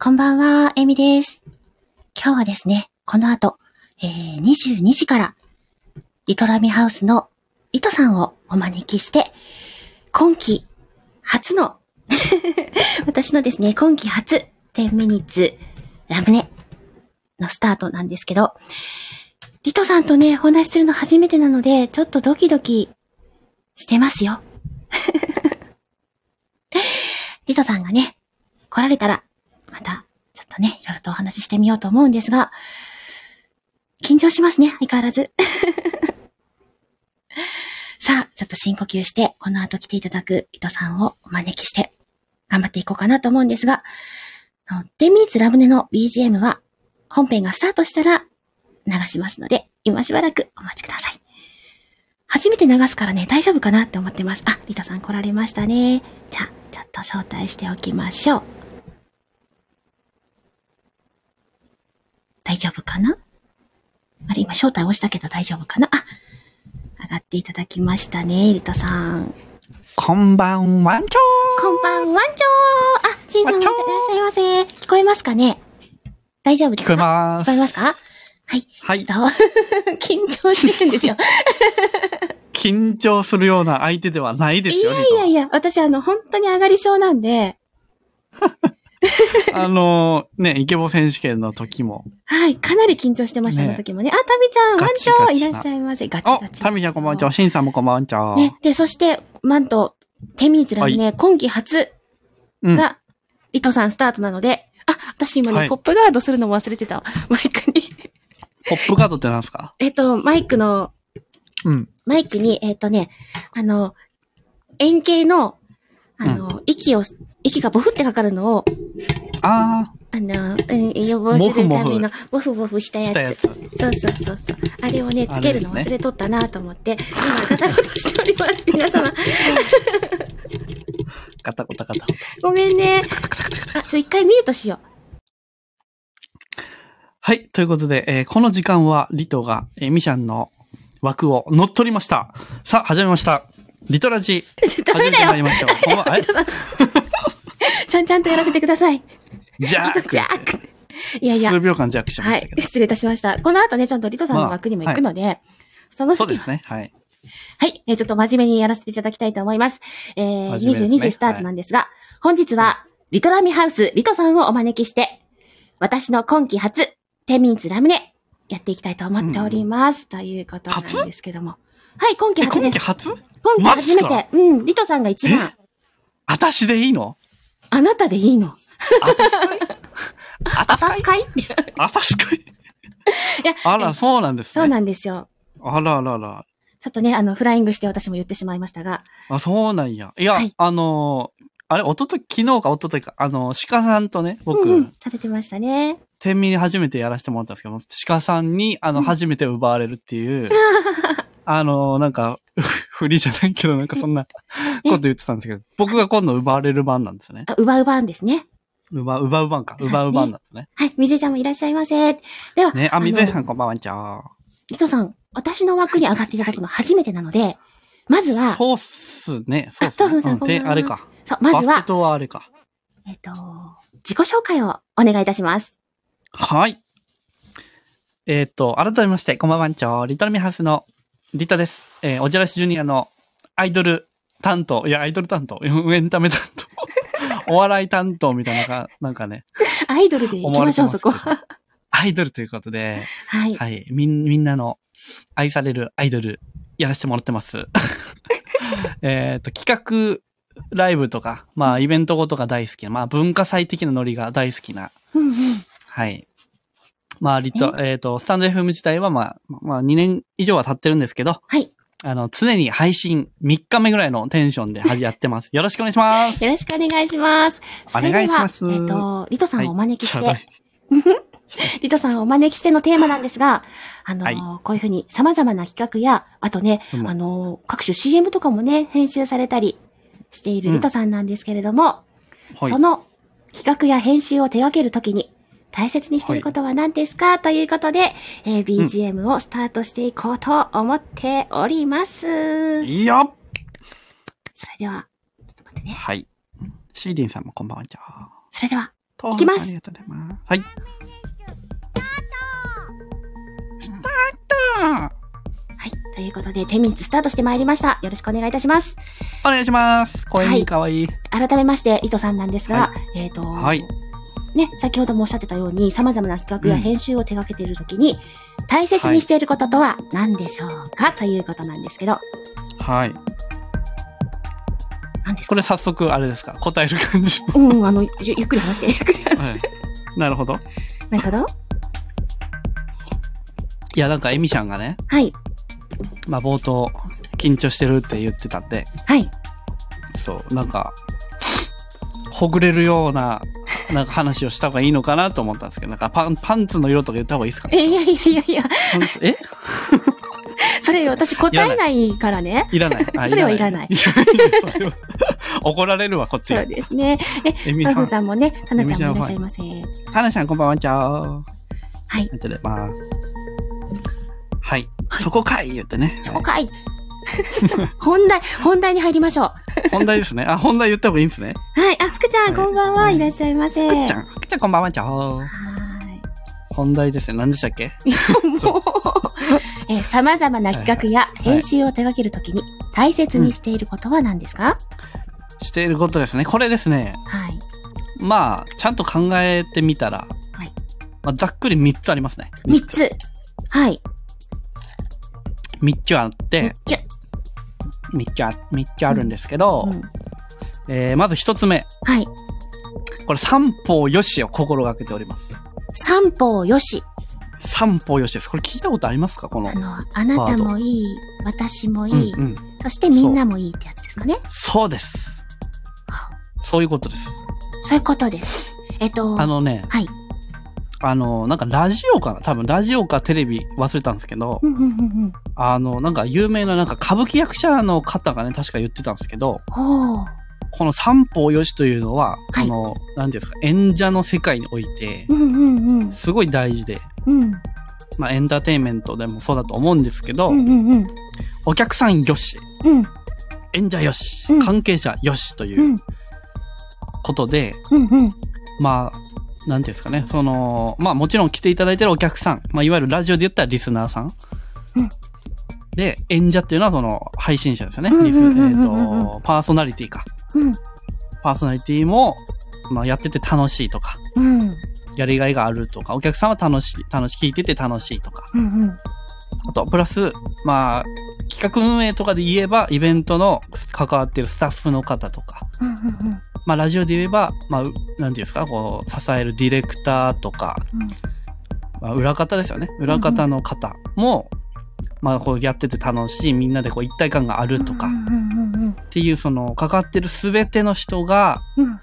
こんばんは、えみです。今日はですね、この後、えー、22時から、リトラミハウスのイトさんをお招きして、今季初の、 私のですね、今季初10ミニッツラムネのスタートなんですけど、リトさんとね、お話しするの初めてなので、ちょっとドキドキしてますよ。 リトさんがね、来られたら、また、ちょっとね、いろいろとお話ししてみようと思うんですが、緊張しますね、相変わらず。 さあ、ちょっと深呼吸して、この後来ていただく伊藤さんをお招きして、頑張っていこうかなと思うんですが、あのデミーズラムネの BGM は、本編がスタートしたら流しますので、今しばらくお待ちください。初めて流すからね、大丈夫かなって思ってます。あ、リトさん来られましたね。じゃあ、ちょっと招待しておきましょう。大丈夫かなあれ、今、招待押したけど大丈夫かなあ、上がっていただきましたね、リトさん。こんばんはんちょこんばんは、ワンチョーあ、シンさんもいらっしゃいませ。聞こえますかね大丈夫でーす聞かこえま聞こえす。ますかはい。はいど。う 緊張してるんですよ。緊張するような相手ではない ですいよ、やいやいや、私、あの、本当に上がり症なんで、リトあのー、ね、イケボ選手権の 時も。はい、かなり緊張してました、あねの時もね。あ、タミちゃん、ワンチョガーいチガチならっしゃいませ。ガチおガチ。タミちゃんこんばんちょしんさんもこんばんちょね、で、そして、なんと、テミーズラムね、今季初うんが、リトさんスタートなので、あ、私今ね、はいポップガードするのも忘れてたわ。 マイクに。ポップカードってなんですかえっと、マイクの、うん。マイクに、えっとね、あの、円形の、あの、息を、息がボフってかかるのを、ああの、うん、予防するための、ボフボフしたー、やしたやつ。つ。そうそうそうそう。あれをね、あつけるのあれで忘すねれとったなと思って、今、ガタゴトしており ます。皆様。ガタゴタガタ。ごめんね。あ、ちょ、一回ミュートしよう。はい。ということで、えーこの時間は、リトが、えーミシャンの枠を乗っ取りました。さあ、始めました。リトラジ。 ダメ始めだてよまいりましょう。こんばんはえちゃんち ゃんとやらせてください。じゃあ、ジャックいやいや数、秒間ジャックしまはしたいけ。ど。失礼いたしました。この後ね、ちゃんとリトさんの枠にも行くので、そのそう時では、すね。はい。はい、えーちょっと真面目にやらせていただきたいと思います。えー真面目ですね22時スタートなんですが、本日は、リトラミハウス、リトさんをお招きして、私の今季初、テミンズラムネ、やっていきたいと思っております。ということなんですけども。はい、今季え、初今です季。初今季初めマジて。うん、リトさんが一番。私でいいのあなたでいいの。ああたすかいって。あ、確かに。いや、あら、そうなんですね。そうなんですよ。あらあらあら。ちょっとね、あの、フライングして私も言ってしまいましたが。あ、そうなんや。いや、はいあのーあれ、おとと昨日かおとといか、あのー鹿さんとね、僕、うんうん、されてましたね。天秤に初めてやらせてもらったんですけど、鹿さんに、あの、うん初めて奪われるっ ていう、あのーなんか、 ふふりじゃないけど、なんかそんなこと言ってたんですけど、僕が今度奪われる番なんですね。あ、うばうばんですね。奪、奪う番か。そうですね奪う番なんですね。はい、みずえちゃんもいらっしゃいませ。では、ね、あ、のみずえさんこんばんはんちゃ伊藤さん、私の枠に上がっていただくの初めてなので、まずー。は、そうっすね。そうっあすトフねン。さんうんこんばんはで、あれか。そう、まずバスケは、とはあれか。えっ、と、自己紹介をお願いいたします。はい。えっ、と、改めまして、こんばんはんちょ、リトルミハウスのリタです。えー、おじゃらしジュニアのアイドル担当、いや、アイドル担当、エンタメ担 当、お笑い担当みたいなか、なんかね、アイドルで行思きわまれしてょう、ますそけこどは。アイドルということで、はい。はい、みん、みんなの愛されるアイドルやらせてもらってます。 えっと、企画、ライブとか、まあ、イベントごとが大好きな、まあ、文化祭的なノリが大好きなうんうん。はい。まあ、リト、えっ、と、スタンド FM 自体は、まあ、まあ、2年以上は経ってるんですけど、はい。あの、常に配信3日目ぐらいのテンションではやって ます。よろしくお願いします。よろしくお願いします。それではお願いしますえっ、と、リトさんをお招きして、はいリトさんをお招きしてのテーマなんですが、あのーはいこういうふうに様々な企画や、あとね、うんあのー各種 CM とかもね、編集されたりしているリトさんなんですけれども、はいその企画や編集を手掛けるときに、大切にしていることは何ですか、ということで、えー BGM をスタートしていこうと思っております。いいよそれでは、ちょっと待ってね。はい。シーリンさんもこんばんは、じゃあ。それでは、いきますありがとうございます。はい。スタートはい。ということで、10ミニッツスタートしてまいりました。よろしくお願いいたします。お願いします。声はにいかわいい。改めまして、伊藤さんなんですが、えっ、と、はい。ね、先ほどもおっしゃってたように、様々な企画やうん編集を手掛けているときに、大切にしていることとは何でしょうか、ということなんですけど、はい。何ですかこれ早速、あれですか答える感じ。うん、あの、ゆゆっくり話して、ゆっく り話はい。なるほど。なるほど。いや、なんか、エミちゃんがね、はい。まあ、冒頭、緊張してるって言ってたんで、はい。そう、なんか、ほぐれるような、なんか話をした方がいいのかなと思ったんですけど、なんかパン、パンツの色とか言った方がいいですかえ、ねいやいやいやいや、パンツえそれ私答えないからね。いらない。あそれはいらないそれは 怒られるわ、こっちそがう。ですね。エミパさフん。さんもね、タナちゃんもいらっしゃいませ。はなちゃん、こんばんは、ちゃお。はい。なんてね、まあ。はい。はいそこかい言ってね。そこかい 本題、本題に入りましょう。ははい本題ですね。あ、本題言った方がいいんですね。い。あ、福ちゃん、こんばんは。はいいらっしゃいませ。くっちゃん、くっちゃん、こんばんは、ちゃお。はい。本題ですね。何でしたっけもう、 えー、様々な企画や編集を手掛けるときに大切にしていることは何ですか、していることですね。これですね。はい。まあ、ちゃんと考えてみたら、はいまあ、ざっくり3つありますね。三つ。はい。 3つあって、じゃ、 3つあ、三つあるんですけど、うん。えーまず1つ目。はい。これ、三方よしを心がけております。三方よし。三方よしです。これ聞いたことありますかこのあ。の、あなたもいい、私もいい、うんうん。そしてみんなもいいってやつですかね。そうです。そういうことです。そういうことです。えっと、あのね、はい。あの、なんかラジオかな多分ラジオかテレビ忘れたんですけどう、んうんうんうん。あの、なんか有名ななんか歌舞伎役者の方がね、確か言ってたんですけど、おー。この三方よしというのは、はいこの、なんていうんですか、演者の世界において、うんうんうん。すごい大事で、うん。まあエンターテインメントでもそうだと思うんですけど、うんうんうん。お客さんよし、うん演者よしうん、関係者よしとういうんことで、うんうん。まあ、なんていうんですかね、その、まあもちろん来ていただいてるお客さん、まあいわゆるラジオで言ったらリスナーさん。うんで、演者っていうのはその配信者ですよね。うんリスうえんうんうんうんーと、パーソナリティか。うんパーソナリティも、まあやってて楽しいとか、うんうんやりがいがあるとか、お客さんは楽しい、楽しい、聞いてて楽しいとか。うんあと、プラス、まあ、企画運営とかで言えば、イベントの関わってるスタッフの方とか、うんうんまあ、ラジオで言えば、まあ、うなんていうんですか、こう、支えるディレクターとか、うんまあ、裏方ですよね。裏方の方も、まあ、こうやってて楽しい、みんなでこう一体感があるとか、うっんうんうんていう、その、かかってるすべての人が、うんうん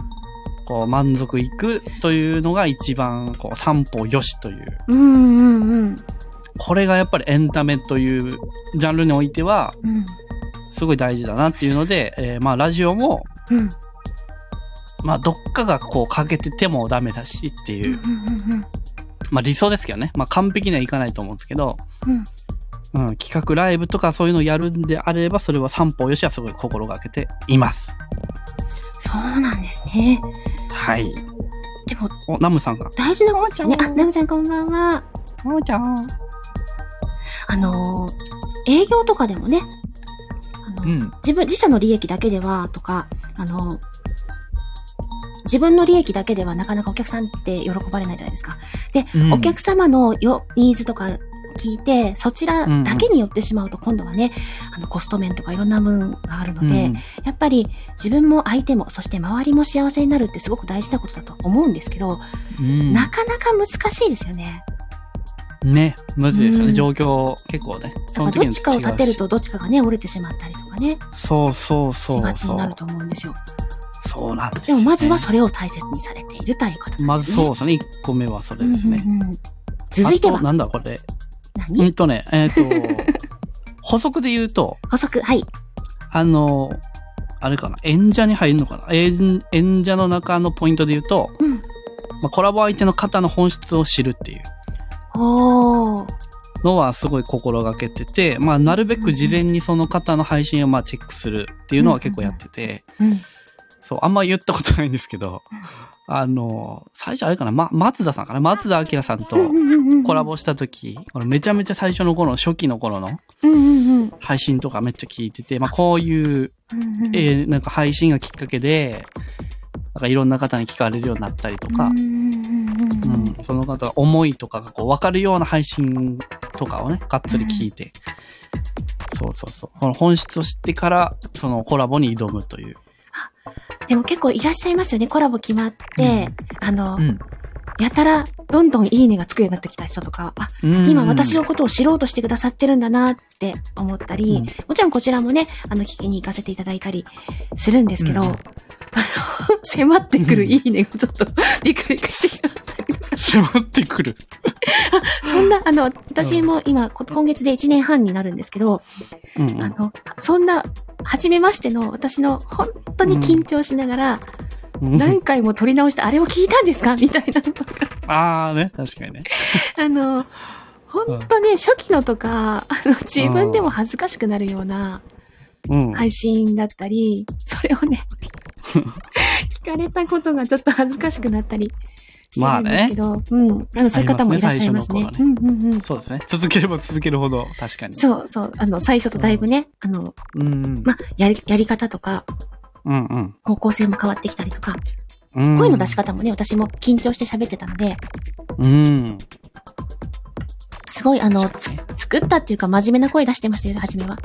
こう、満足いくというのが一番、こう、三方よしという。うんうんうんこれがやっぱりエンタメというジャンルにおいては、うんすごい大事だなっていうので、えーまあ、ラジオも、うんまあ、どっかがこう、欠けててもダメだしってういんうう、んうんまあ、理想ですけどね。まあ、完璧にはいかないと思うんですけど、うんうん、企画ライブとかそういうのやるんであれば、それは三方よしはすごい心がけています。そうなんですね。はい。でもお、ナムさんが。大事なことですね。あ、ナムちゃんこんばんは。ナムちゃん。あのー営業とかでもね、あのうん。自分、自社の利益だけではとか、あの、自分の利益だけではなかなかお客さんって喜ばれないじゃないですか。お客様のよニーズとか聞いて、そちらだけに寄ってしまうと、今度はね、あの、コスト面とかいろんな分があるのうんで、やっぱり自分も相手も、そして周りも幸せになるってすごく大事なことだと思うんですけど、うんなかなか難しいですよね。ね、むずいですようね。ん状況結構ね。だからどっちかを立てるとどっちかがね、折れてしまったりとかね、そうそうそしがうちそになるう。と思うんですよ。そうなんですでよもね、まずはそれを大切にされているということですね。まずそうですね。1個目はそれですね。うんうんうん続いてあはとなんだこれ。う何んとね、え っ、と、補足で言うと、補足、はい。あの、あれかな、演者に入るのかな演演者の中のポイントで言うと、うん。まあ、コラボ相手の方の本質を知るっていうおー。のはすごい心がけてて、まあ、なるべく事前にその方の配信をまあチェックするっていうのは結構やってて、うん。そう、あんま言ったことないんですけど、あの、最初あれかな、ま、松田さんかな松田明さんとうんうんうんうんコラボした時、このめちゃめちゃ最初の頃の初期の頃のうんうんうん配信とかめっちゃ聞いてて、まあこういう、うんうん。えーなんか配信がきっかけで、なんかいろんな方に聞かれるようになったりとかう、んうんううんうんん、その方の思いとかがこう分かるような配信とかをね、がっつり聞いて、そうそうそう。この本質を知ってから、そのコラボに挑むという。でも結構いらっしゃいますよね。コラボ決まって、あの、うん。やたらどんどんいいねがつくようになってきた人とか、あ、今私のことを知ろうとしてくださってるんだなって思ったり、うんもちろんこちらもね、あの、聞きに行かせていただいたりするんですけど、うんあの、 迫ってくるうんいいねがちょっ とびっくりしてしまう。 迫ってくる。そんな、あの、私も今、こ今月で1年半になるんですけど、うんうあん。の、そんな、初めましての私の本当に緊張しながら、何回も撮り直して、あれを聞いたんですかみたいなのとかああね、確かにね。あの、ほんとね、初期のとか、あの、自分でも恥ずかしくなるようなうん。配信だったり、それを ね、聞かれたことがちょっと恥ずかしくなったりしてるんですけど、うん。あの、そういう方もいらっしゃいますね。ありますうねんうんうん。そうですね。続ければ続けるほど、確かに。そうそう。あの、最初とだいぶね、あの、うん。ま、やり、やり方とか、うんうん。方向性も変わってきたりとか、うん声の出し。方もね、私も緊張して喋ってたので、うん。すごい、あの、つ確かに作ったっていうか、真面目な声出してましたよ、初め は。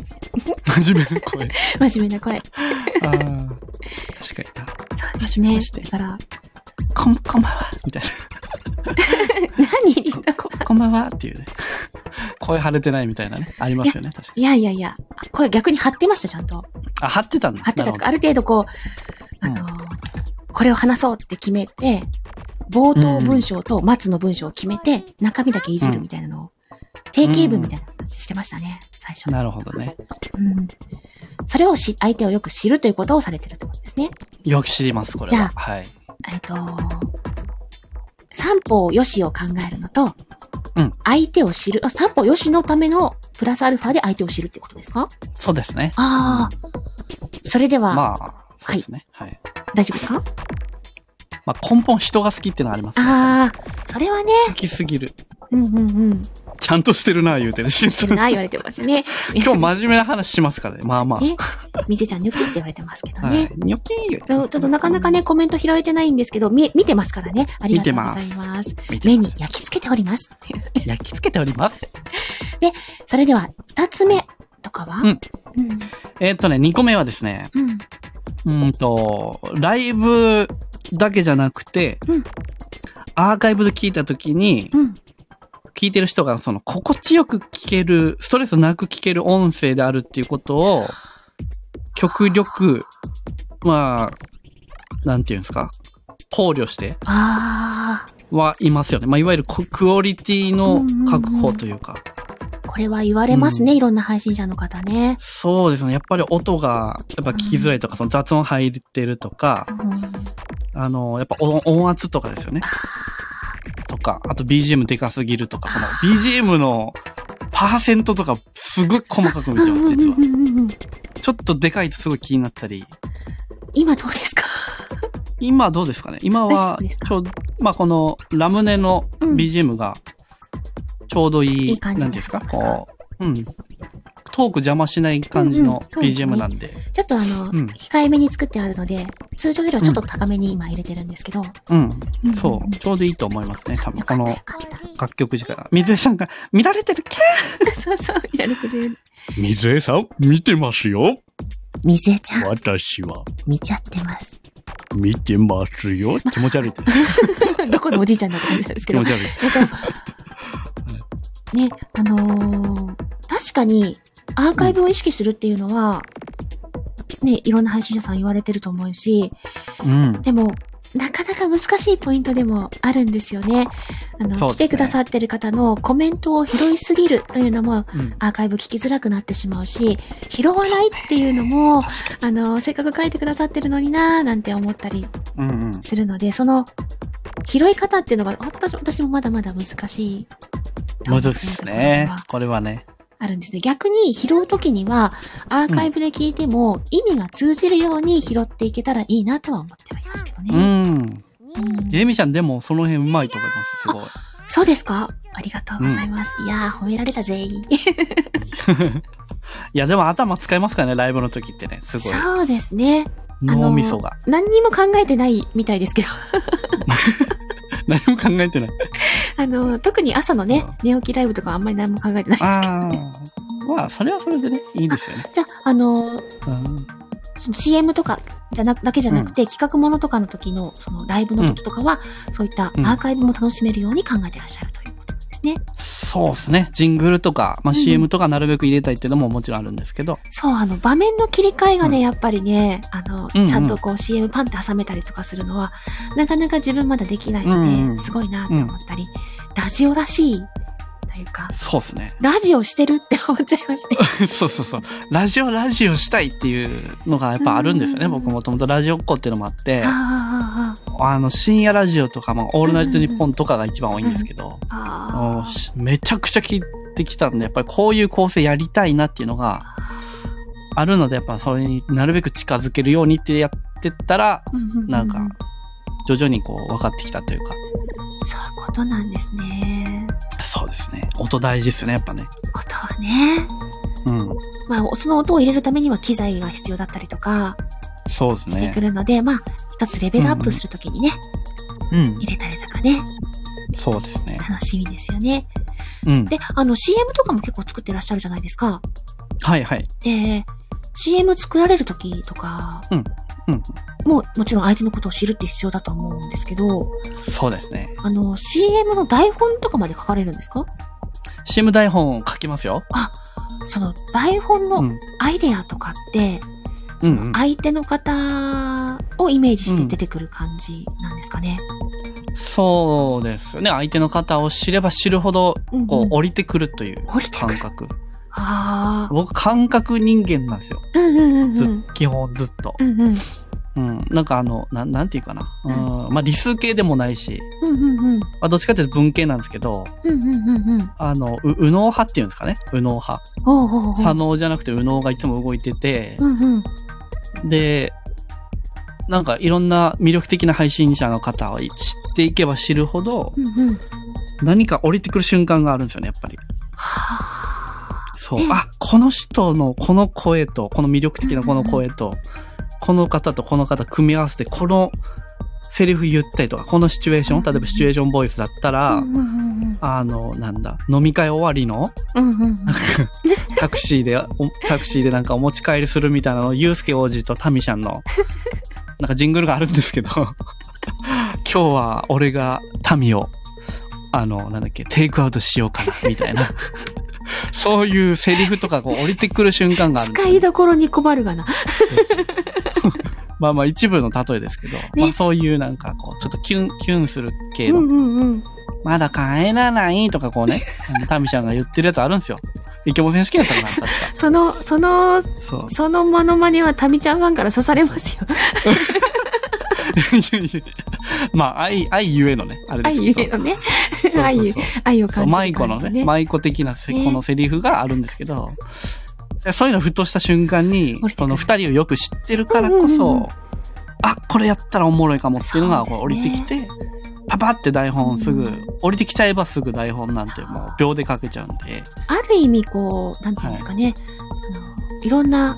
真面目な 声。真面目な声。ああ。確かにな。そうでですすねね。だから、こん、こんばんは。みたい何リな。こ、こんばんは。っていうね。声腫れてないみたいなね。ありますよね。確かいやいやいや、これ逆に貼ってました、ちゃんと。に。あ、張ってたんだ。貼ってたとか、あなるる程度こう、あのーこれを話そうって決めて、冒頭文章と末の文章を決めて、中身だけいじるみたいなのを、定型文みたいな形してましたね、最初ほど。なるほどね。うん。それをし、相手をよく知るということをされてるってことですね。よく知ります、これじゃあは。はい。えっと、三方よしを考えるのと、うん相手を知る、あ、三方よしのためのプラスアルファで相手を知るってことですかそうですね。ああ、それでは、まあ、そうですね。はい。大丈夫ですかまあ、根本人が好きっていうのはありますね。ああ、それはね、好きすぎる。うんうんうん。ちゃんとしてるな、言うてる。しん知さんるな、言われてますね。 今日真面目な話しますからね。まあまあ。ね、 みぜちゃん、ニョキって言われてますけどね。はい。ニョキー言うてちょっとなかなかね、コメント拾えてないんですけど、み、見てますからね。ありがとうござい見てます。見て目に焼き付けております。焼き付けております。それでは、二つ目とかはうんうん。えーっとね、2個目はですね、うん。うーんと、ライブだけじゃなくて、うんアーカイブで聞いた時に、うん。聞いてる人がその心地よく聞ける、ストレスなく聞ける音声であるっていうことを、極力、まあ、なんていうんですか、考慮してあはいますよね。まあ、いわゆるこクオリティの確保というか。あ、これは言われますね、いろんな配信者の方ね。そうですね。やっぱり音が、やっぱ聞きづらいとか、その雑音入ってるとかう、ん。あの、やっぱ音音圧とかですよね。とか、あと BGM でかすぎるとか、その BGM のパーセントとかすごい細かく見てます、 実はう。んうんうんうんちょっとでかいとすごい気になったり。今どうですか今どうですかね今大丈は夫です、かちょうど、まあ、このラムネの BGM がちょうどいい、いい感じなんていうんですかこう、うん。トーク邪魔しない感じのうんうんそうですね BGM なんで。ちょっとあの、うん控えめに作ってあるので、通常よりはちょっと高めに今入れてるんですけど。うん。うんそんう。ちょうどいいと思いますね。多分よかこったのよかっ楽曲時から。水江さんが、見られてるキた。 そうそう、入れてる。水江さん、見てますよ。水江ちゃん、私は、見ちゃって ます。見てますよ。ャー気持ち 悪いって。どこのおじいちゃんだって感じなんですけ気ど持。ち悪い。ね、あのー確かに、アーカイブを意識するっていうのは、ね、いろんな配信者さん言われてると思うし、うん。でも、なかなか難しいポイントでもあるんですよね。あの、そうですね来てくださってる方のコメントを拾いすぎるというのも、うん。アーカイブ聞きづらくなってしまうし、拾わないっていうのも、あの、せっかく書いてくださってるのになーなんて思ったりうんうん。するので、その、拾い方っていうのが、私私もまだまだ難しい。むずいっすね。これはね。あるんですね。逆に拾うときには、アーカイブで聞いても、意味が通じるように拾っていけたらいいなとは思ってはいますけどうね。ん。ジェイミーちゃんでもその辺うまいと思います。すごい。そうですかありがとうございます。いやー、褒められた全員。いや、でも頭使いますからね、ライブの時ってね。すごい。そうですね。あの脳みそが。何にも考えてないみたいですけど。何も考えてない。あの、特に朝のね、寝起きライブとかあんまり何も考えてないですけど。ああ。まあ、それはそれでね、いいですよね。じゃあ、あの、うん。その CM とかじゃなく、だけじゃなくて、企画ものとかの時の、そのライブの時とかは、そういったアーカイブも楽しめるように考えてらっしゃるということですね。そうですね。ジングルとか、まうあ、ん CM とかなるべく入れたいっていうのももちろんあるんですけど。そう、あの、場面の切り替えがね、やっぱりね、あの、うんうんちゃんとこう CM パンって挟めたりとかするのは、なかなか自分まだできないので、うんうんすごいなって思ったり、ラジオらしいというか、そうですね。ラジオしてるって思っちゃいますね。 そうそうそう。ラジオ、ラジオしたいっていうのがやっぱあるんですよね。うん僕もともとラジオっ子っていうのもあって、あーあの、深夜ラジオとか、まあ、オールナイトニッポンとかが一番多いんですけど、あーあー、ああのーしめちゃくちゃ聞いてきたんで、やっぱりこういう構成やりたいなっていうのがあるので、やっぱそれになるべく近づけるようにってやってったら、うううなんか、徐々にこう分かってきたというか。そういうことなんですね。そうですね。音大事ですね、やっぱね。音はね。うん。まあ、その音を入れるためには機材が必要だったりとかそうですしてねく。るので、まあ、一つレベルアップするときにね、うん。入れたりとかね、そうですね。楽しみですよね。うん。で、あの、CM とかも結構作ってらっしゃるじゃないですか。はいはい。で、CM 作られるときとか、うんうんもう、もちろん相手のことを知るって必要だと思うんですけど、そうですね。あの、CM の台本とかまで書かれるんですか CM 台本を書きますよ。その、台本うのん。アイデアとかって、うんうん相手の方をイメージして出てくる感じなんですかね。そうですよね。相手の方を知れば知るほど、うん、こう、降降りてくるというりてく感る。覚。ああ。僕、感覚人間なんですよ。うんうんうんうずん。基本ずっと。うんうん。うん。なんかあの、なん、なんていうかな。うん。まあ、理数系でもないし、うんうんうん。まあ、どっちかっていうと文系なんですけど、うんうんうんうん。あの、う右脳派っていうんですかね。右脳派。おうおうおう。左脳じゃなくて右脳がいつも動いてて、うんうん。で、なんかいろんな魅力的な配信者の方を知っていけば知るほど、うんうん。何か降りてくる瞬間があるんですよね、やっぱり。はあ。そうええ。あ、この人のこの声と、この魅力的なこの声と、この方とこの方組み合わせて、このセリフ言ったりとか、このシチュエーショうんン、うん例えばシチュエーションボイスだったらう、んうんうんあの、なんだ、飲み会終わりのうんうんうん。タクシーで、おタクシーでなんかお持ち帰りするみたいなのを、ゆうすけ王子とタミシャン の、なんかジングルがあるんですけど、今日は俺がタミを、あの、なんだっけ、テイクアウトしようかな、みたいな。 そういうセリフとかこう降りてくる瞬間があるんで使すよねいどころに困るがな。 まあまあ一部の例えですけど、まあそういうなんかこう、ちょっとキュン、キュンする系うんの、うんうん。まだ帰らないとかこうね、あのタミちゃんが言ってるやつあるんですよ。イケボ選手権やったかな、確か。その、その、そう。そのモノマネはタミちゃんファンから刺されますよ。いやいやいや まあ、愛、愛ゆえのね、あれです愛ゆえのね。そうそうそう愛ゆそう愛を感じる感じ、ね。舞子のね、舞子的なせこのセリフがあるんですけど、そういうのふとした瞬間に降りて、くそるの二人をよく知ってるからこそ、うんうんうんあ、これやったらおもろいかもっていうのがこうそ降うでりすてねきて、パパって台本すぐ、うん降りてきちゃえばすぐ台本なんてもう秒で書けちゃうんで、ある意味こう、なんていうんですかね、い、あのいろんな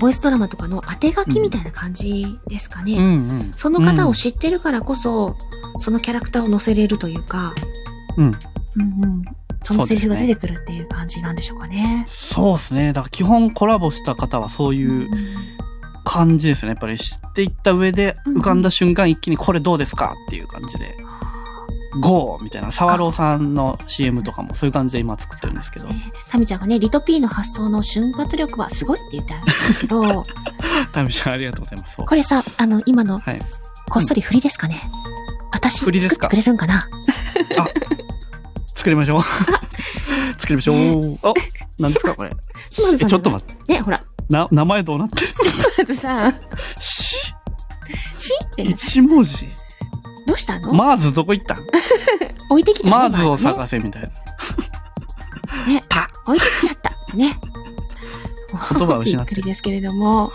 ボイスドラマとかの当て書きみたいな感じですかね。うんうんその方を知ってるからこそ、そのキャラクターを乗せれるというか、うん、うんうん、そのセリフがそう出てですねくるっていう感じなんでしょうかね。そうですね。だから基本コラボした方はそういう感じですね。やっぱり知っていった上で、うんうん浮かんだ瞬間一気にこれどうですかっていう感じで、ゴーみたいな、沢朗さんの CM とかもそういう感じで今作ってるんですけどね、タミちゃんがね、リトピーの発想の瞬発力はすごいって言ってあるんですけど、 タミちゃんありがとうございます。そうこれさ、あの、今のはい。こっそり振りですかね。私、振りです作っかてくれるんかな作りま しょう。作りましょう。お、何ですかこれ。島津さえん。ちょっと待って。って。ね、ほら。な、名前どうなってるんですか 島津さん。し、しって一文字。どうしたの、マーズどこ行ったん置いてきたのマーズをね探せみたいな。 置いてきちゃった。ね。 言葉を失ってびっくりるですけれども。も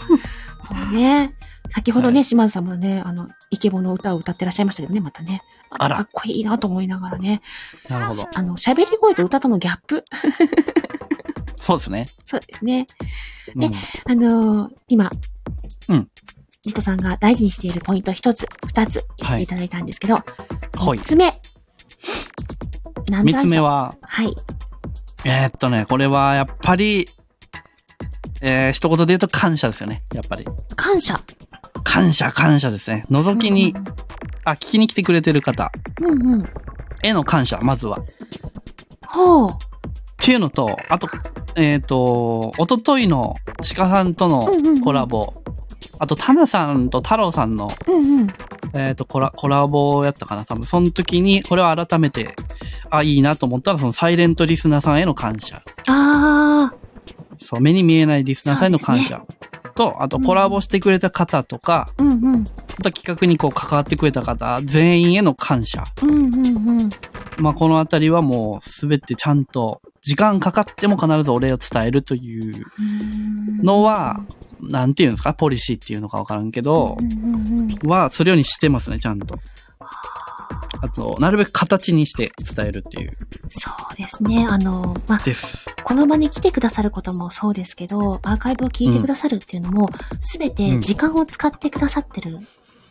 うね、先ほどはね、島津さんもね、あの、イケボの歌を歌ってらっしゃいましたけどね、またね。あらかっこいいなと思いながらね。なるほど。あの、喋り声と歌とのギャップ。そうですね。そうですね。うんえあのー今、うん。リトさんが大事にしているポイント一つ、二つ言っていただいたんですけど、ほい三。つ目。難産三者つ目。は、はい。えーっとね、これはやっぱり、えー、一言で言うと感謝ですよね。やっぱり。感謝。感謝、感謝ですね。覗きに、あ、聞きに来てくれてる方うんうん。への感謝、まずは。っほう。ていうのと、あと、えーっと、おとといの鹿さんとのうんうんうんコラボ、あと、タナさんと太郎さんの、うんうん。えーっと、コラ、コラボやったかな多分、その時に、これは改めて、あ、いいなと思ったら、その、サイレントリスナーさんへの感謝。ああ。そう、目に見えないリスナーさんへの感謝。と、あとコラボしてくれた方とか、うんうん。あと企画にこう関わってくれた方、全員への感謝。うんうんうん。まあ、このあたりはもうすべてちゃんと、時間かかっても必ずお礼を伝えるというのは、なんていうんですか、ポリシーっていうのかわからんけどう、んうんうん。は、するようにしてますね、ちゃんと。あと、なるべく形にして伝えるっていう。そうですね。あの、まあ、です。この場に来てくださることもそうですけど、アーカイブを聞いてくださるっていうのも、すべて時間を使ってくださってる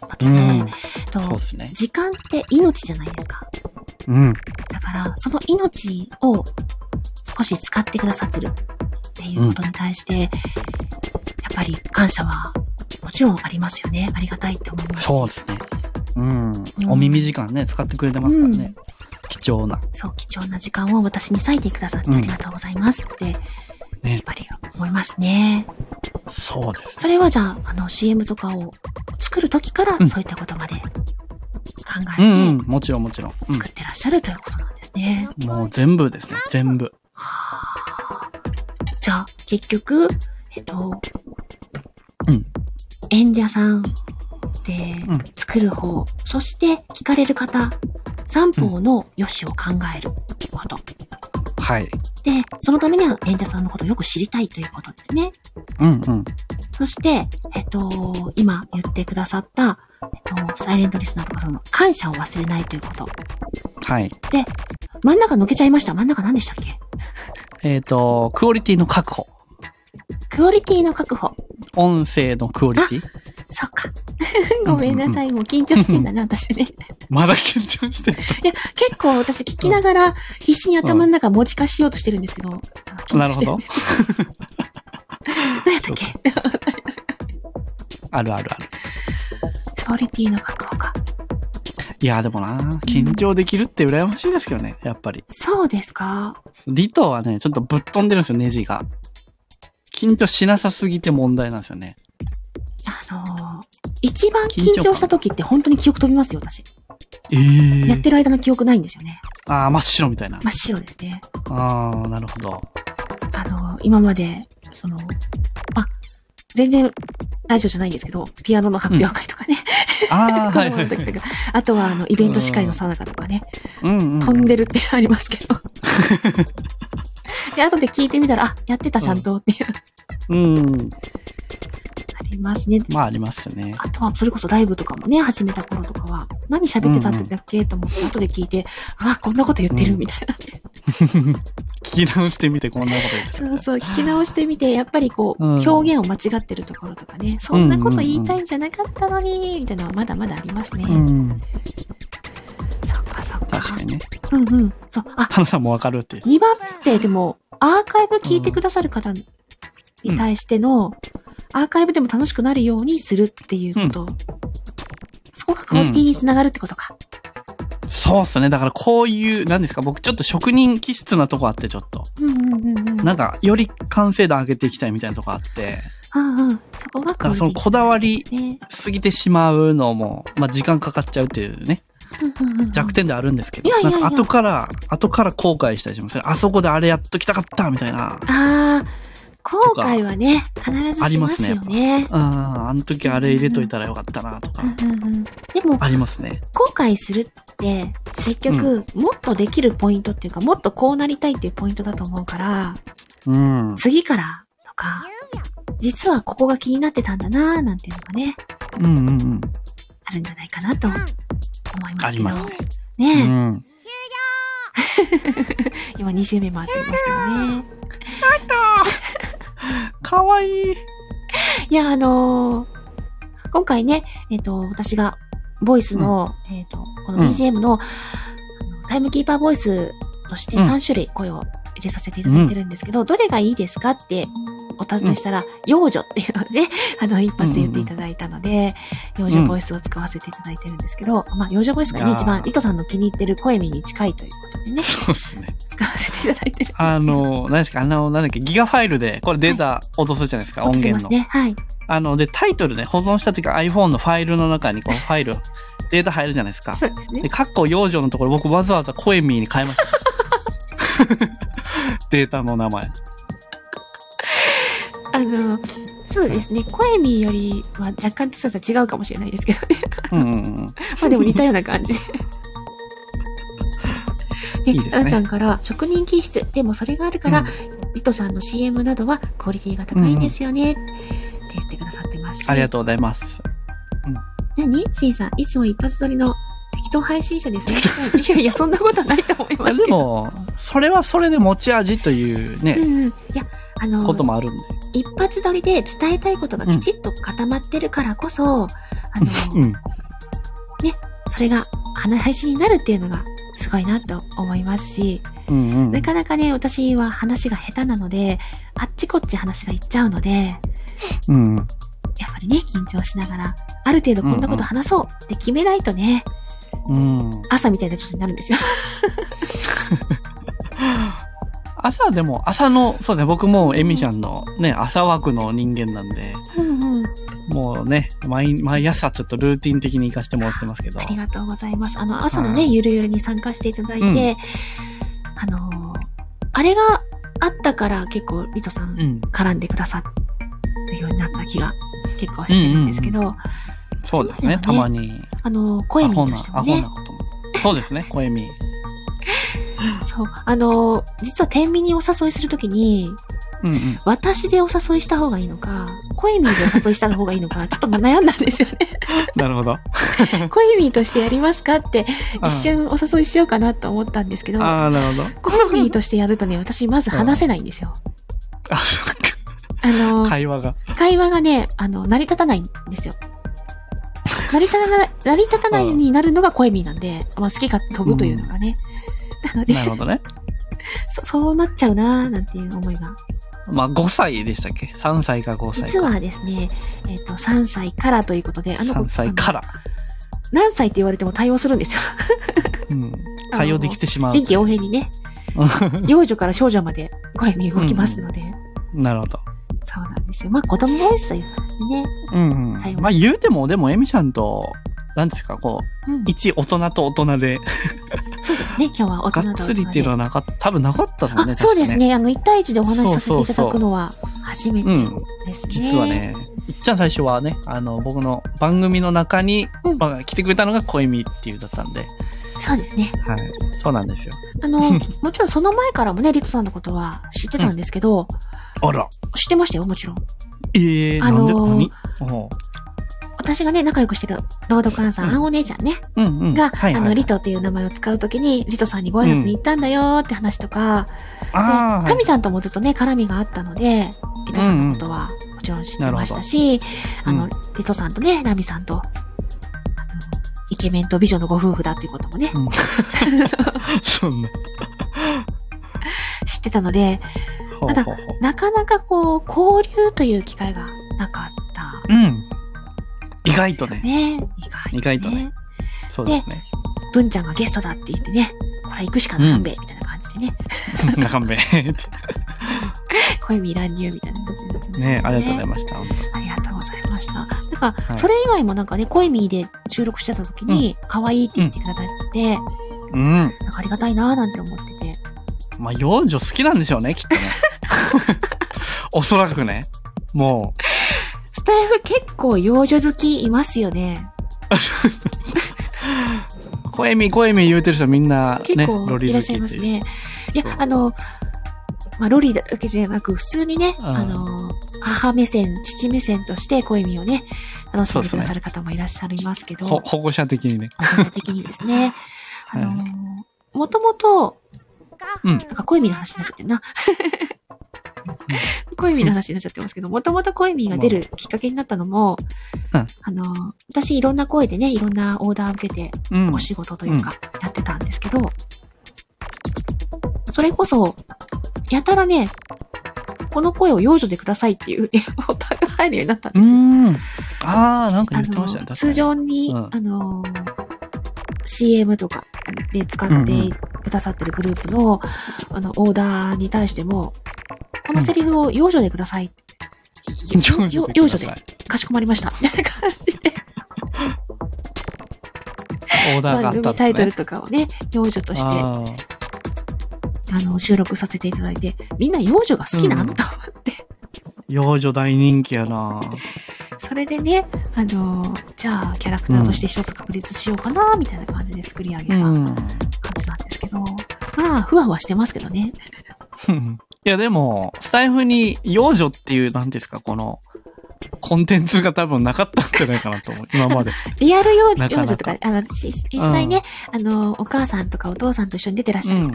わけで、うんとそうですね。時間って命じゃないですか。うん。だから、その命を少し使ってくださってるっていうことに対して、やっぱり感謝はもちろんありますよね。ありがたいって思いますし。そうですね。うん。お耳時間ね、使ってくれてますからね。貴重な。そう、貴重な時間を私に割いてくださってありがとうございますって、やっね。ぱり思いますね。そうです。それはじゃあ、あの CM とかを作る時からうんそういったことまで考うえんてうん、もちろんもちろん。作ってらっしゃるということなんですね。うん、もう全部ですね、全部。じゃあ、結局、えっと、うん演者さんでうん作る方、そして聞かれる方、三方の良しを考えること。はい。で、そのためには演者さんのことをよく知りたいということですね。うんうん。そして、えっと、今言ってくださった、えっと、サイレントリスナーとかその感謝を忘れないということ。はい。真ん中抜けちゃいました。真ん中何でしたっけえっ、と、クオリティの確保。クオリティの確保。音声のクオリティ。そっか。 ごめんなさい。もう緊張してんだな、私ね。まだ緊張してる。いや、結構私聞きながら必死に頭の中文字化しようとしてるんですけど。なるほど。どうやったっけあるあるある。クオリティの確保か。いや、でもな、緊張できるって羨ましいですけどね、やっぱり。そうですか。リトはね、ちょっとぶっ飛んでるんですよ、ネジが。緊張しなさすぎて問題なんですよね。あのー一番緊張した時って本当に記憶飛びますよ、私。ええやってる間の記憶ないんですよね。ああ、真っ白みたいな真。っ白ですね。ああ、なるほど。あの、今まで、その、まあ、全然、ラジオじゃないんですけど、ピアノの発表会とかね、ああ、子 は供いはいのは時とい。か、あとは、あの、イベント司会のさなかとかね、うんうん。飛んでるってありますけ ど。で、後で聞いてみたら、あ、やってた、ちゃんと、っていう、うん。ありますね。まあ、ありますよね。あとは、それこそライブとかもね、始めた頃とかは、何喋ってたんだっけと思って、後で聞いて、うわ、こんなこと言ってうる、んみたいな。聞き直してみてこんなこと言ってたみたいそなうそう、聞き直してみて、やっぱりこう、うん表現を間違ってるところとかね、そんなこと言いたいんじゃなかったのに、みたいなのはまだまだありますね。うん。そっかそっか。確かにね。うんうん。そう。あ、タナさんもわかるって。 2番ってでも、アーカイブ聞いてくださる方に対しての、アーカイブでも楽しくなるようにするっていうこと。そこがクオリティにつながるってことか。そうっすね。だからこういう、なんですか、僕ちょっと職人気質なとこあって、ちょっと。うんうんうんうん。なんか、より完成度上げていきたいみたいなとこあって。うんうん。そこがだクオからリテそィのこだわりですね。すぎてしまうのも、まあ時間かかっちゃうっていうね、うんうんうん弱点であるんですけどいやい、やないやんか後から、後から後悔したりしますね。あそこであれやっときたかったみたいな。ああ、後悔はね、必ずしますよありますね。うん、あの時あれ入れといたらよかったなとか、うんうんうん。でも、ありますね。後悔するって、結局、もっとできるポイントっていうか、もっとこうなりたいっていうポイントだと思うから、うん。次からとか、実はここが気になってたんだなーなんていうのがね、うんうんうん。あるんじゃないかなと思いますけど。ありますねえ、うん。今2周目回ってますけどね。かわいい。いや、あのー今回ね、えっ、と、私が、ボイスの、えっ、と、こうのん BGM の、あのタイムキーパーボイスとしてうん3種類声を入れさせていただいてるんですけど、どれがいいですかってお尋ねしたら、幼女っていうので、 あの、一発で言っていただいたので、幼女ボイスを使わせていただいてるんですけど、まあ、幼女ボイスがあーね、一番、リトさんの気に入ってる声目に近いということでね、そうですね。使わせていただいてる。あの、何ですか、あの、何だっけ、ギガファイルで、これデータ落とすじゃないですか、音落ちてます源の。ね。はい。あの、で、タイトルね、保存した時は iPhone のファイルの中に、このファイル、データ入るじゃないですか。そうですねで、。カッコ幼女のところ、僕わざわざコエミーに 変えました。データの名前。あの、そうですね。コエミーよりは若干としたら違うかもしれないですけどね。うんうんうん。まあでも似たような感 じで。いいですで、ねあなちゃんから職人気質。でもそれがあるから、リトさんの CM などはクオリティが高いんですよね。って言ってくださってますし。ありがととうございます。う。何シンさん、いつも一発撮りの適当配信者です ね。いやいや、そんなことないと思いいまやすでけど。も、それはそれで持ち味といううね、んうん。いや、あの、こともあるんで。一発撮りで伝えたいことがきちっと固まってるからこそ、あの、うんね、それが話配信になるっていうのがすごいなと思いますし、うんうん。なかなかね、私は話が下手なので、あっちこっち話がいっちゃうので、うんうん。やっぱりね、緊張しながら、ある程度こんなこと話そうって決めないとね、うん。朝みたいな状態になるんですよ。朝でも、朝の、そうですね、僕もエミちゃんのね、朝枠の人間なんで、 うんうんもうね、毎毎朝ちょっとルーティン的に行かしてもらってますけどあ。りがとうございます。あの、朝のはね、いゆるゆるに参加していただいて、うんあのーあれがあったから結構、リトさんうん。絡んでくださるようになった気が結構してるんですけど、そうですね、そうですたよねまに。あの、声ア見ホとなして、もアホねな、ことも。そうですね、声見。そう、あの、実は天秤にお誘いするときに、うんうん。私でお誘いした方がいいのか、声見でお誘いした方がいいのか、 ちょっと悩んだんですよね。なるほど。声見としてやりますかって、 一瞬お誘いしようかなと思ったんですけど、ああ、なるほど。声見としてやるとね、私まず話せないんですよ。あ、そっあのか。、会話が。会話がね、あの、成り立たないんですよ。成り立たない、成り立たないようになるのが声見なんで、まあ好き勝手飛ぶというのがね。なのでなるほどね。そ、そうなっちゃうなーなんていう思いが。まあ、5歳でしたっけ ?3 歳か5歳か。実はですね、えっ、と、3歳からということで、あの子、 3歳かあら。の何歳って言われても対応するんですよ。うん。 対応できてしまう。臨機応変に ね、幼女から少女まで声見動きますので、なるほど。そうなんですよ。まあ子供ボイスという感じでね。うんうん対応まあ、言うても、でも、エミちゃんと、なんですか、こう、うん、一大人と大人で、そうですね、今日は大人がと大人っつりっていうのはなかった、多分なかったですもんね。あ、そうです確か。ね。あの、1対1でお話しさせていただくのは初めてうん。ですね。実はね、いっちゃん最初はね、あの、僕の番組の中に、うんまあ、来てくれたのが恋みっていうだったんで、そうですね。はい。そうなんですよ。あ の、もちろんその前からもね、リトさんのことは知ってたんですけど、あら。知ってましたよ、もちろん。ええあなんで、のー何おう私がね、仲良くしてるロードカンさん、うんあんお姉ちゃんね、うんうん。が、はいはいはいあの、リトっていう名前を使うときに、リトさんにご挨拶に行ったんだよーって話とか、ああ、で、タミちゃんともずっとね、絡みがあったので、リトさんのことはもちろん知ってましたし、なるほどあの、リトさんとね、ラミさんと、あのイケメンと美女のご夫婦だっていうこともね、そんな。知ってたので、ほうただほうほうなかなかこう、交流という機会がなかった。うん。意外とね。ね、意外と、ね。意外とねそうですね。文ちゃんがゲストだって言ってね、これ行くしかなかんべ、みたいな感じでね、 中目。恋未乱入みたいな感じになってましたね、ありがとうございまました。本す。ありがとうございました。なんか、はいそれ以外もなんかね、恋未で収録してた時に、可愛いって言ってくださって、当うん。なんかありがたいなーなんて思ってて。まあ、幼女好きなんでしょうね、きっとね。 おそらくね。もスタイフ結構幼女好きいますよね。う、声み声み言うてる人みんな、ね、結構ロリいら好っしゃいきまっすていう。ね。いやそう、あの、まあ、ロリーだけじゃなく、普通にね、うんあの、母目線、父目線として恋みをね、楽しんでくださる方もいらっしゃいますけど、ほ保護者的にね。私的にです ね、あのもともと、うなんんか恋味の話になっちゃってるな。恋味の話になっちゃってますけど、もともと恋味が出るきっかけになったのも、うんあの、私いろんな声でね、いろんなオーダーを受けて、うんお。仕事というか、やってたんですけど、それこそ、やたらね、この声を養女でくださいっていうね、 ボタンが入るようになったんうですよ。ん。ああ、なんかあ言ってましたね。確かの、通に常に、うんあの、CM とかで使うんうんってくださってるグループの、あの、オーダーに対しても、このセリフを養女でください。よよく養だ女さでい。かしこまりました。みたいな感じで、オーダーが番組あったんですね。タイトルとかをね、養女として、ああーの、収録させていただいて、みんな養女が好きなんうんと思って、幼女大人気やなそれでね、あの、じゃあ、キャラクターとして一つ確立しようかな、みたいな感じで作り上げうたん 感。じなんですけど、まあ、ふわふわしてますけどね。いや、でも、スタイフに幼女っていう、なんていうんですか、この、コンテンツが多分なかったんじゃないかなと思う。今まで。リアル幼な幼かなか女とか、あの、し実際ね、あの、お母さんとかお父さんと一緒に出てらっしうゃる、ん。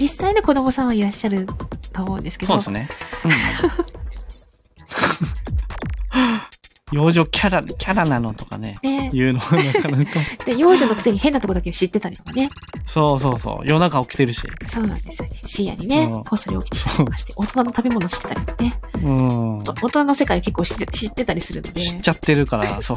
実際の子供さんはいらっしゃると思うんですけそうど、ですね。 うん。幼女キャラ、キャラなのとかね。ねいうのはなか なか。で、幼女のくせに変なとこだけ知ってたりとかね、そうそうそう。夜中起きてるし。そうなんですよ。深夜にねうん、こっそり起きてたりとかして、大人の食べ物知ってたりとかね、うん。と大人の世界結構知って知ってたりするので、知っちゃってるから、 そう。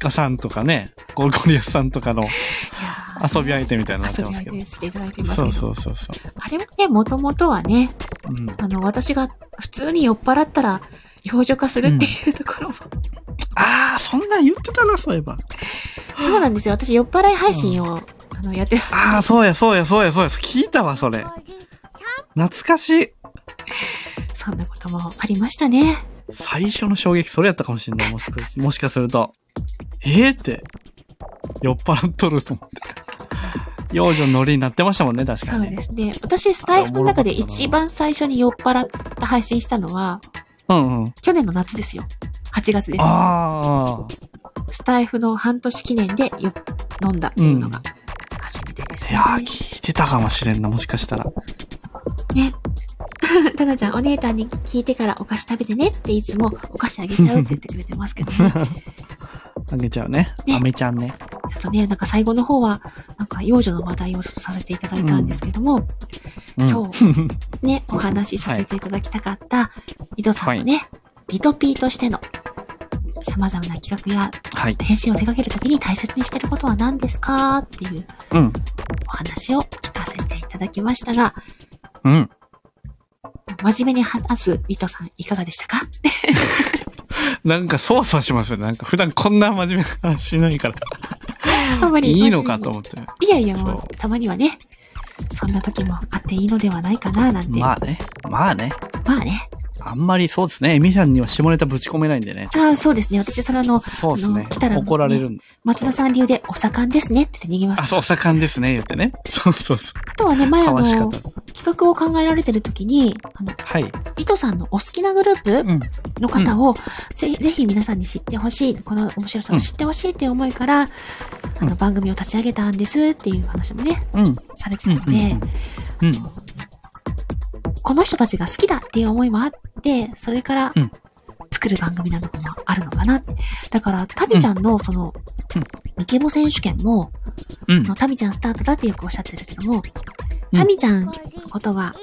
鹿さんとかね、ゴリゴリアスさんとかの遊び相手みたいになって遊びますけ相ど手。していただいてますそけうど、そうそうそあれもね、もともとはね、う。うん。あの、私が普通に酔っ払ったら、幼女化するっていうところも、ああ、そんなん言ってたな、そういえば。そうなんですよ。私、酔っ払い配信を、あの、やってああ、そうや、そうや、そうや、そうや。聞いたわ、それ。懐かしい。そんなこともありましたね。最初の衝撃、それやったかもしれない。もしか もしかすると。ええって。酔っ払っとると思って。幼女のノリになってましたもんね、確かそにうね、ですね。私、スタイフの中で一番最初に酔っ払った配信したのは、うんうん。去年の夏ですよ。8月です。ああ。スタイフの半年記念でよ飲んだっていうのが初めてですいねや。ー、聞いてたかもしれんな、もしかしたら。ただちゃん、お姉たんに聞いてからお菓子食べてねっていつもお菓子あげちゃうって言ってくれてますけどね。あげちゃうね。ねあめちゃんね。ちょっとね、なんか最後の方は、なんか幼女の話題をちょっとさせていただいたんですけども、うん今ね、お話しさせていただきたかった、井戸さんのね、リトピーとしての様々な企画やはい。返信を手掛けるときに大切にしてることは何ですかっていううん。お話を聞かせていただきましたが、うん。真面目に話すリトさんいかがでしたかなんか、そわそわしますよね。なんか、普段こんな真面目な話しないから。 あんまりいいのかと思って。いやいや、もそうう、たまにはね、そんな時もあっていいのではないかな、なんて。ままあ、あね。まあね。ね。あんまりそうですね。エミさんには下ネタぶち込めないんでね。ああ、そうですね。私、それあの、そうですあねの来た。ら怒られるんで。松田さん流でお盛んですねって言って逃げま あ、す。そう、お盛んですね。言ってね。そうそうそあとはね、う。前あかの、わしか企った。画を考えられてる時に、あの、はい。リトさんのお好きなグループうん。の方を、ぜひ、ぜひ皆さんに知ってほしい、この面白さを知ってほしいっていう思いから、あうの、番組を立ち上げたんですっていう話もね、うん。されてうたんので、。うん。うんこの人たちが好きだっていう思いもあって、それからうん作る番組などもあるのかなって。だから、タミちゃんのそのうん、イケボ選手権も、うんあの。タミちゃんスタートだってよくおっしゃってるけども、うんタミちゃんのこことが好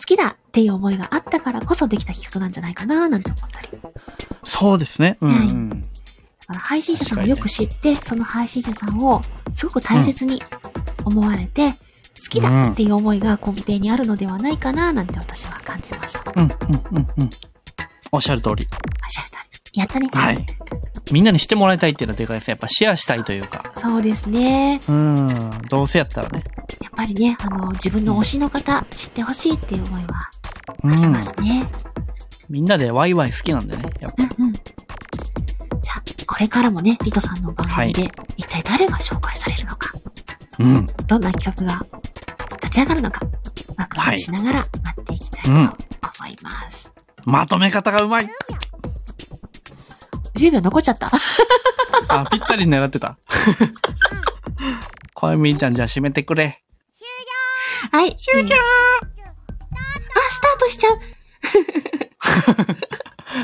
好きだっていう思いがあったからこそできた企画なんじゃないかななんて思ったり。だそうですね。うんうはいん。から配信者さんをよく知って、その配信者さんをすごく大切に思われて、好きだっていう思いが根底にあるのではないかななんて私は感じました。おっうん。うん。うん。うん。おっしゃる通り。しゃる通り。やったね。はい。みんなにしてもらいたいっていうのはでかいですね。やっぱシェアしたいというか。そうですね。うん。どうせやったらね。やっぱりね、あの、自分の推しの方、知ってほしいっていう思いはうありんま。すね。みんなでワイワイ好きなんでね。やっぱ。うん、うん、じゃあ、これからもね、リトさんの番組はで、一体誰が紹介されるのか、うん。どんな企画が立ち上がるのか、ワクワクしながら待っていきたいとうん思います。まとめ方がうまい10秒残っちゃった。あ、ぴったり狙ってた。 こよみちゃん、じゃあ閉めてくれ。はい。終了、あ、スタートしちゃう。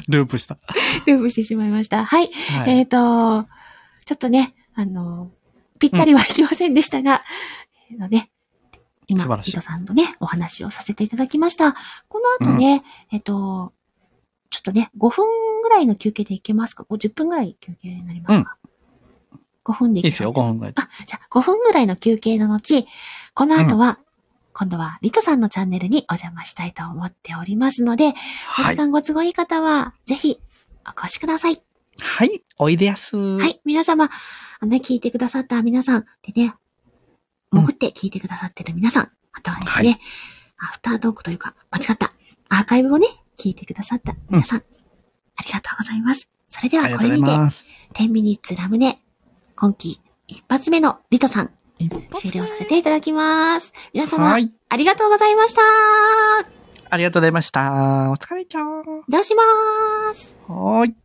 ループした。ループしてしまいました。はい。はい。えっ、と、ちょっとね、あの、ぴったりはいきませんでしたが、えーのね、今素晴、らしい伊藤さんとね、お話をさせていただきました。この後ね、えっ、と、ちょっとね、5分ぐらいの休憩でいけますか ?10 分ぐらい休憩になりますか、?5 分でいいけいでますすよ、5分ぐらい。あ、じゃあ5分ぐらいの休憩の後、この後は、今度はリトさんのチャンネルにお邪魔したいと思っておりますので、おは時い。間ご都合いい方は、ぜひお越しください。はい。おいでやす。ははい。皆様、あのね、聞いてくださった皆さんでね、うん潜って聞いてくださってる皆さん、あとはですね、アフタートークというか、間違った、アーカイブをね、聞いてくださった皆さん、ありがとうございます。それであはりがことうれござにいて、ます。 10ミニッツラムネ、今期一発目のリトさん、終了させていただきます。皆様、はい。ありがとうございましたありがとうございました。お疲れちゃん。出しまーすはーい。